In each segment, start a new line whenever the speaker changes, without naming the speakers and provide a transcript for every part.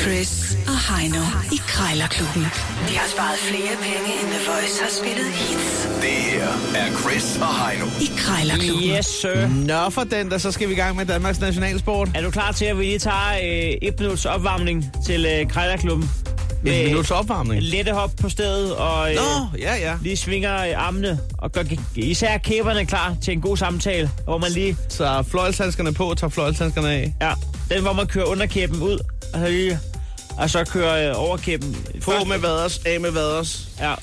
Chris og Heino i Krejlerklubben. De har sparet flere penge, end The Voice har spillet hits
Det her er Chris og Heino.
i Krejlerklubben.
Yes, sir.
Nå for den, der så skal vi i gang med Danmarks nationalsport.
Er du klar til, at vi lige tager øh, et minuts opvarmning til øh, Krejlerklubben?
Et
Med
minuts opvarmning.
Lette hop på stedet, og øh,
Nå, ja, ja.
lige svinger øh, armene, og gør g- især kæberne klar til en god samtale, hvor man lige,
Så fløjlshandskerne på, tager fløjlshandskerne af.
ja, den hvor man kører underkæben ud, og så lige, og så kører øh, overkæben
På med vaders, af med vaders.
Ja,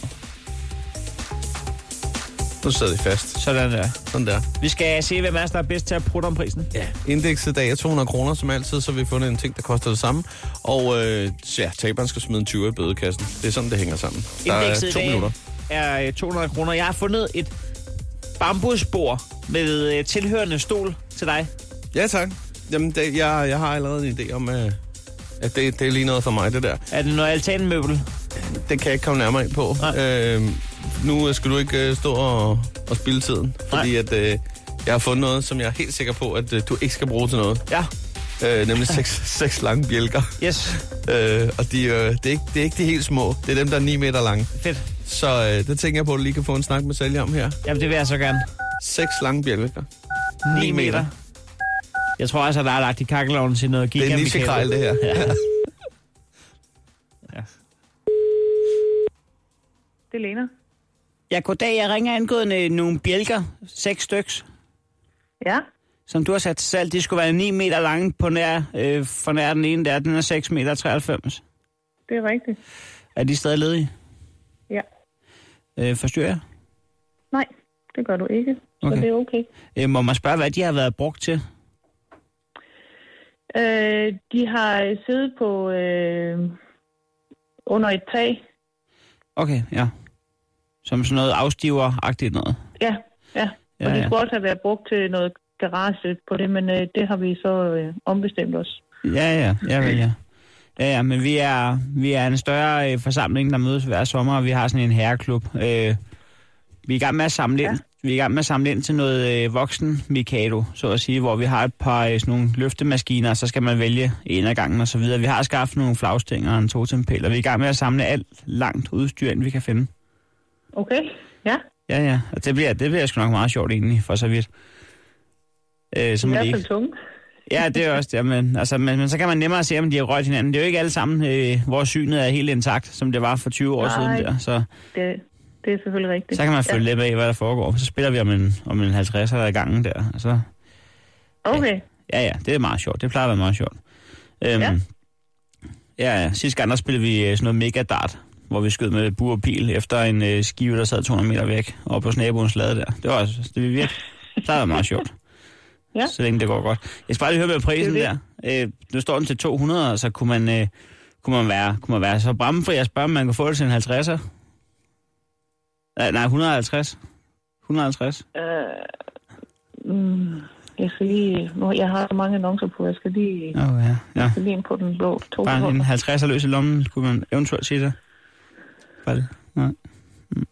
Nu sidder de fast.
sådan der.
Sådan der.
Vi skal se, hvem er der er bedst til at prutte om prisen.
Ja. Indekset i dag er 200 kroner, som altid, så har vi fundet en ting, der koster det samme. Og øh, ja, taberen skal smide en 20 i bødekassen. Det er sådan, det hænger sammen. Der
Indekset
er
i
to
dag
minutter.
er øh, 200 kroner. Jeg har fundet et bambusbord med øh, tilhørende stol til dig.
Ja, tak. Jamen, det, jeg, jeg har allerede en idé om, øh, at det, det er lige noget for mig, det der.
Er det noget altanmøbel?
Det kan jeg ikke komme nærmere ind på.
Nej.
Øh, nu øh, skal du ikke øh, stå og, og spille tiden, fordi at, øh, jeg har fundet noget, som jeg er helt sikker på, at øh, du ikke skal bruge til noget.
Ja,
Øh, nemlig seks, seks lange bjælker.
yes,
Øh, og de, øh, det, er ikke, det er ikke de helt små. Det er dem, der er 9 meter lange.
fedt.
Så øh, det tænker jeg på, at du lige kan få en snak med sælger om her.
Jamen, det vil jeg så gerne.
Seks lange bjælker.
9 meter. Jeg tror også, at der er lagt i kakkelovnen til noget
Det
giga
er en nichekrejl, det her.
Ja.
Det er Lena.
Ja, goddag. Jeg ringer angående øh, nogle bjælker, seks styks,
Ja,
som du har sat til salg. De skulle være 9 meter lange på nær, øh, for nær den ene der. Den er 6 meter 93.
det er rigtigt.
Er de stadig ledige?
Ja.
Øh, forstyrrer jeg?
Nej, det gør du ikke. Så
Okay.
det er okay.
Øh, må man spørge, hvad de har været brugt til?
Øh, de har siddet på øh, under et tag.
Okay, ja. Som sådan noget afstiver-agtigt noget.
Ja, ja.
Ja,
Og de
ja.
skulle også have været brugt til noget garage på det, men øh, det har vi så øh, ombestemt os.
Ja, ja, ja, vel, ja. Ja, ja, men vi er, vi er en større øh, forsamling, der mødes hver sommer, og vi har sådan en herreklub. Øh, vi er i gang med at samle ind, vi er i gang med at samle ind til noget øh, voksen Mikado, så at sige, hvor vi har et par øh, sådan nogle løftemaskiner, og så skal man vælge en af gangen og så videre. Vi har skaffet nogle flagstænger og en totempæl, og vi er i gang med at samle alt langt udstyr, end vi kan finde.
Okay? Ja,
Ja, ja, og det bliver, det bliver sgu nok meget sjovt egentlig, for så vidt. Øh, så
i
må de
hvert
ikke
fald tunge.
Ja, det er også det. Men, altså, men, men så kan man nemmere se, om de har røget hinanden. Det er jo ikke alle sammen, øh, hvor synet er helt intakt, som det var for 20 år
Nej.
siden. Der. Så,
Det, det er selvfølgelig rigtigt.
så kan man følge lidt med, i, hvad der foregår. Så spiller vi om en, om en 50'er i gangen der. Og så,
Ja. Okay,
ja, ja, det er meget sjovt. Det plejer at være meget sjovt. Øhm,
Ja.
ja. ja, sidste gang der spillede vi øh, sådan noget mega dart, hvor vi skød med bur og pil efter en øh, skive, der sad 200 meter væk og på naboens lade der. Det var altså, det var virkelig, det var meget sjovt.
Ja.
Så længe det går godt. Jeg skal bare lige høre med prisen
Det
der.
er
Øh, nu står den til 200, så kunne man, øh, kunne man, være, kunne man være så bramfri at spørge, om man kunne få det til en 50'er? Nej, nej, 150. 150.
Øh, mm, jeg skal lige... Nu, jeg har så mange annoncer på, jeg skal lige, ja.
Åh oh, ja. ja.
skal lige ind på den blå. To
Bare en
sekunder.
50'er løs i lommen, skulle man eventuelt sige det. Bare det. Nej. Mm.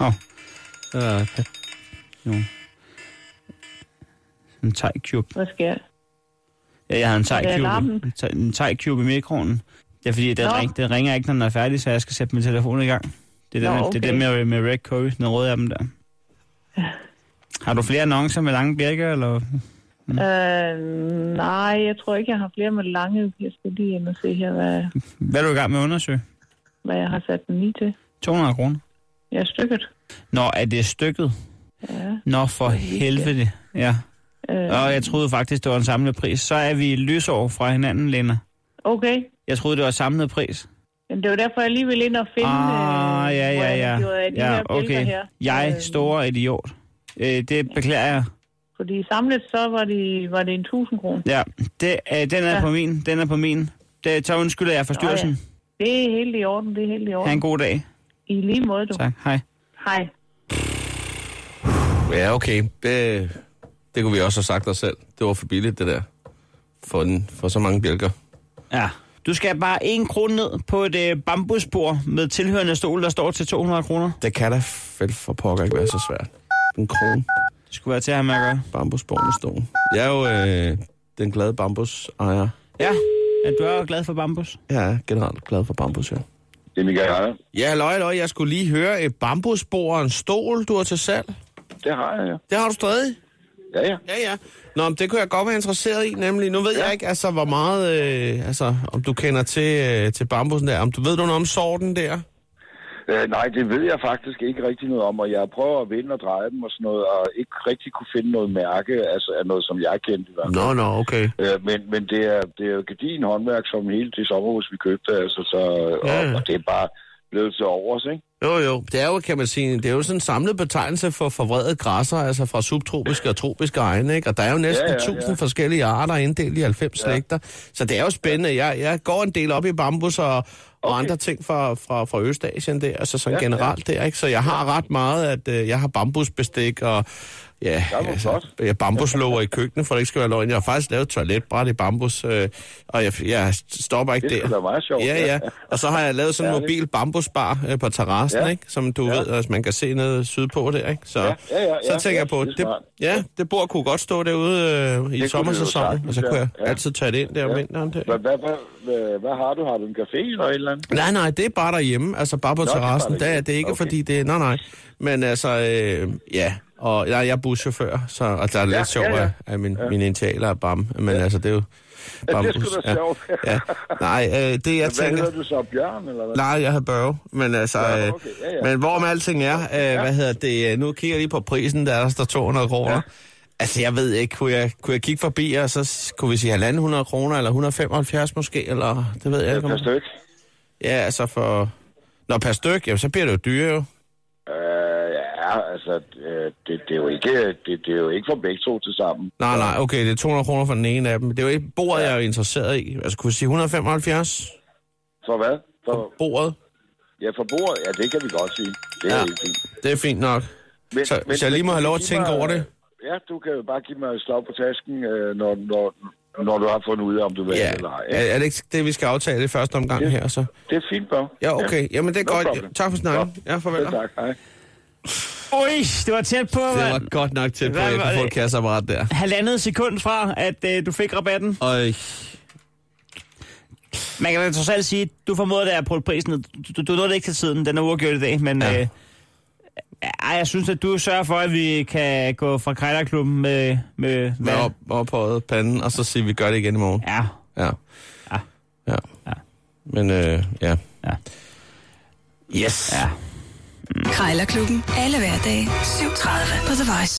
Åh. Oh.
Ja.
Jo. En thai-cube.
Hvad skal jeg?
Ja, jeg havde en
det
thai-cube.
alarmen?
En thai- En thai-cube i mikroen. Det er fordi, den,
Nå.
ring, den ringer ikke, når den er færdig, så jeg skal sætte min telefon i gang. Det er den,
Nå,
Nå, okay. det er den med, med red curry, den røde af dem der. Har du flere annoncer med lange bjælker, eller?
Øh, nej, jeg tror ikke, jeg har flere med lange. Jeg skal lige ind og se her, hvad,
Hvad er du i gang med at undersøge?
hvad jeg har sat den lige til.
200 kroner.
Jeg er stykket.
Nå, er det stykket?
Ja.
Nå, for helvede. Ja.
Øh,
Og jeg troede faktisk, det var en samlet pris. Så er vi lysår fra hinanden, Lena.
okay.
Jeg troede, det var samlet pris.
Jamen, det var derfor, jeg lige ville ind og finde,
Ah,
øh,
ja,
hvor
ja,
jeg har gjort
ja.
af de
Ja,
her billeder
okay.
her.
Jeg,
Øh,
store idiot. Øh, det beklager jeg.
Fordi samlet, så var det, var det en 1000 kroner.
Ja, det, øh, den er
Ja.
på min. Den er på min. Det, så undskylder jeg forstyrrelsen.
Nå, Det er helt i orden, det er helt i orden.
Ha' en god dag.
I lige måde, du.
Tak. Hej.
Hej.
Ja, okay. Det, det kunne vi også have sagt os selv. Det var for billigt, det der. For, den, for så mange bjælker.
Ja. Du skal bare en krone ned på et øh, bambusbord med tilhørende stol, der står til 200 kroner.
Det kan da vel for pokker ikke være så svært. En krone,
Det skulle være til at have med at gøre.
bambusborgen stående. Jeg er jo øh, den glade bambusejer.
Ja. at du er jo glad for bambus.
Jeg er generelt glad for bambus, ja.
Det er Michael Hejer.
Ja, halløj, halløj. Jeg skulle lige høre et bambusbord og en stol, du har til salg.
Det har jeg, ja.
Det har du stadig?
Ja, ja.
Ja, ja. Nå, men det kunne jeg godt være interesseret i, nemlig. Nu ved ja. jeg ikke, altså, hvor meget, øh, altså, om du kender til, øh, til bambusen der. Om du, ved du noget om sorten der?
Øh, nej, det ved jeg faktisk ikke rigtig noget om, og jeg prøver at vinde og dreje dem og sådan noget, og ikke rigtig kunne finde noget mærke altså, af noget, som jeg kendte. i hvert fald.
Nå, nå, okay.
Øh, men, men det er, det er jo gedin håndværk, som hele det sommerhus, vi købte, altså, så,
Ja,
ja.
ja.
og, og det er bare blevet til overs, ikke?
Jo, jo. Det er jo, kan man sige, det er jo sådan en samlet betegnelse for forvredet græsser, altså fra subtropiske og tropiske egne, ikke? Og der er jo næsten
Ja,
ja,
ja,
ja,
ja.
1000 forskellige arter inddelt i 90 ja. slægter. Så det er jo spændende. Jeg, jeg går en del op i bambus og, og okay. andre ting fra, fra, fra Østasien der, altså sådan ja, generelt der, ikke? Så jeg har ret meget, at øh, jeg har bambusbestik og Ja,
hvor flot.
jeg bambuslåger i køkkenet, for det ikke skal være løgn. Jeg har faktisk lavet et toiletbræt i bambus, øh, og jeg, jeg stopper ikke
Det
der.
skulle da være meget sjovt.
Ja, ja. Og så har jeg lavet sådan en
Ja, det-
mobil bambusbar øh, på terrassen, ja.
Ja.
ikke? Som du ja.
Ja.
ved, altså, man kan se nede sydpå der, ikke? Så,
Ja, ja, ja,
så
ja.
tænker
Ja,
jeg på,
det er
det,
smart.
ja, det bord kunne godt stå derude øh, i
jo
sommersæsonen,
sagtens,
og så kunne jeg ja.
ja. Ja.
altid tage det ind der om
Ja.
vinteren der.
Hvad, hvad, hvad, hvad, hvad har du? Har du en café eller et eller andet?
Nej, nej, det er bare derhjemme, altså bare på
det er bare
terrassen. Det er,
derhjemme.
det er ikke, okay.
Okay.
fordi det er... Nej, nej. Men altså, øh, ja. Og nej, jeg er buschauffør, så, og der er lidt ja,
ja,
sjovt, ja,
ja.
ja. at min, ja. mine initialer er bam. Men ja. altså, det er jo...
Ja, det er sgu da sjovt.
ja. Nej, øh, det jeg
Hvad
tænker...
hedder du så? Bjørn eller hvad?
Nej, jeg havde børge, men altså,
Nå,
ja, okay. ja, ja. men hvorom alting er, øh, ja. hvad hedder det, øh, nu kigger jeg lige på prisen, der er der står 200 kroner. Ja. Altså, jeg ved ikke, kunne jeg, kunne jeg kigge forbi, og så s- kunne vi sige 1.500 kroner, eller 175 måske, eller det ved jeg ikke.
Per
Om...
styk?
Ja, altså for... Nå, per styk, jamen, så bliver det jo dyre jo.
Øh, ja, altså, øh, det, det, er jo ikke, det, det er jo ikke for begge to til sammen.
Nej, nej, okay, det er 200 kroner for den ene af dem. Det er jo ikke bordet, jeg er jo interesseret i. Altså, kunne vi sige 175
For hvad? For,
bordet?
ja, for bordet? Ja, det kan vi godt sige. Det er
Ja.
ja. helt fint.
Det er fint nok. Men, så hvis jeg lige må have lov at
giv
tænke
mig-
over det.
Ja, du kan jo bare give mig et slag på tasken, øh, når, når, når du har fundet ud af, om du vil
Ja,
ja. eller ej.
er,
Ja.
er det ikke det, vi skal aftale i første omgang her, så?
Det er fint, bare.
Ja, okay. Jamen, det er
No
godt.
problem.
Tak for snakken.
Godt.
Ja, farvel.
Ja, tak, hej.
Ui, det var tæt på,
Det
mand.
var godt nok til på,
Hvad
at jeg
var
kunne få
det?
et kasseapparat der.
Halvandet sekund fra, at øh, du fik rabatten.
Og
Man kan da trods alt sige, du formåede det at bruge prisen. ned. Du, du nåede det ikke til tiden, den er uafgjort i dag, men...
Ja.
Ja. Øh, ej, jeg synes, at du sørger for, at vi kan gå fra Krejlerklubben med... med,
med op, op på øjet, panden, og så siger vi, gør det igen i morgen.
Ja,
Ja.
Ja.
Ja.
Ja.
Men øh, ja.
ja,
Yes.
ja.
Krejlerklubben. Alle hverdage. 7.30 på The Voice.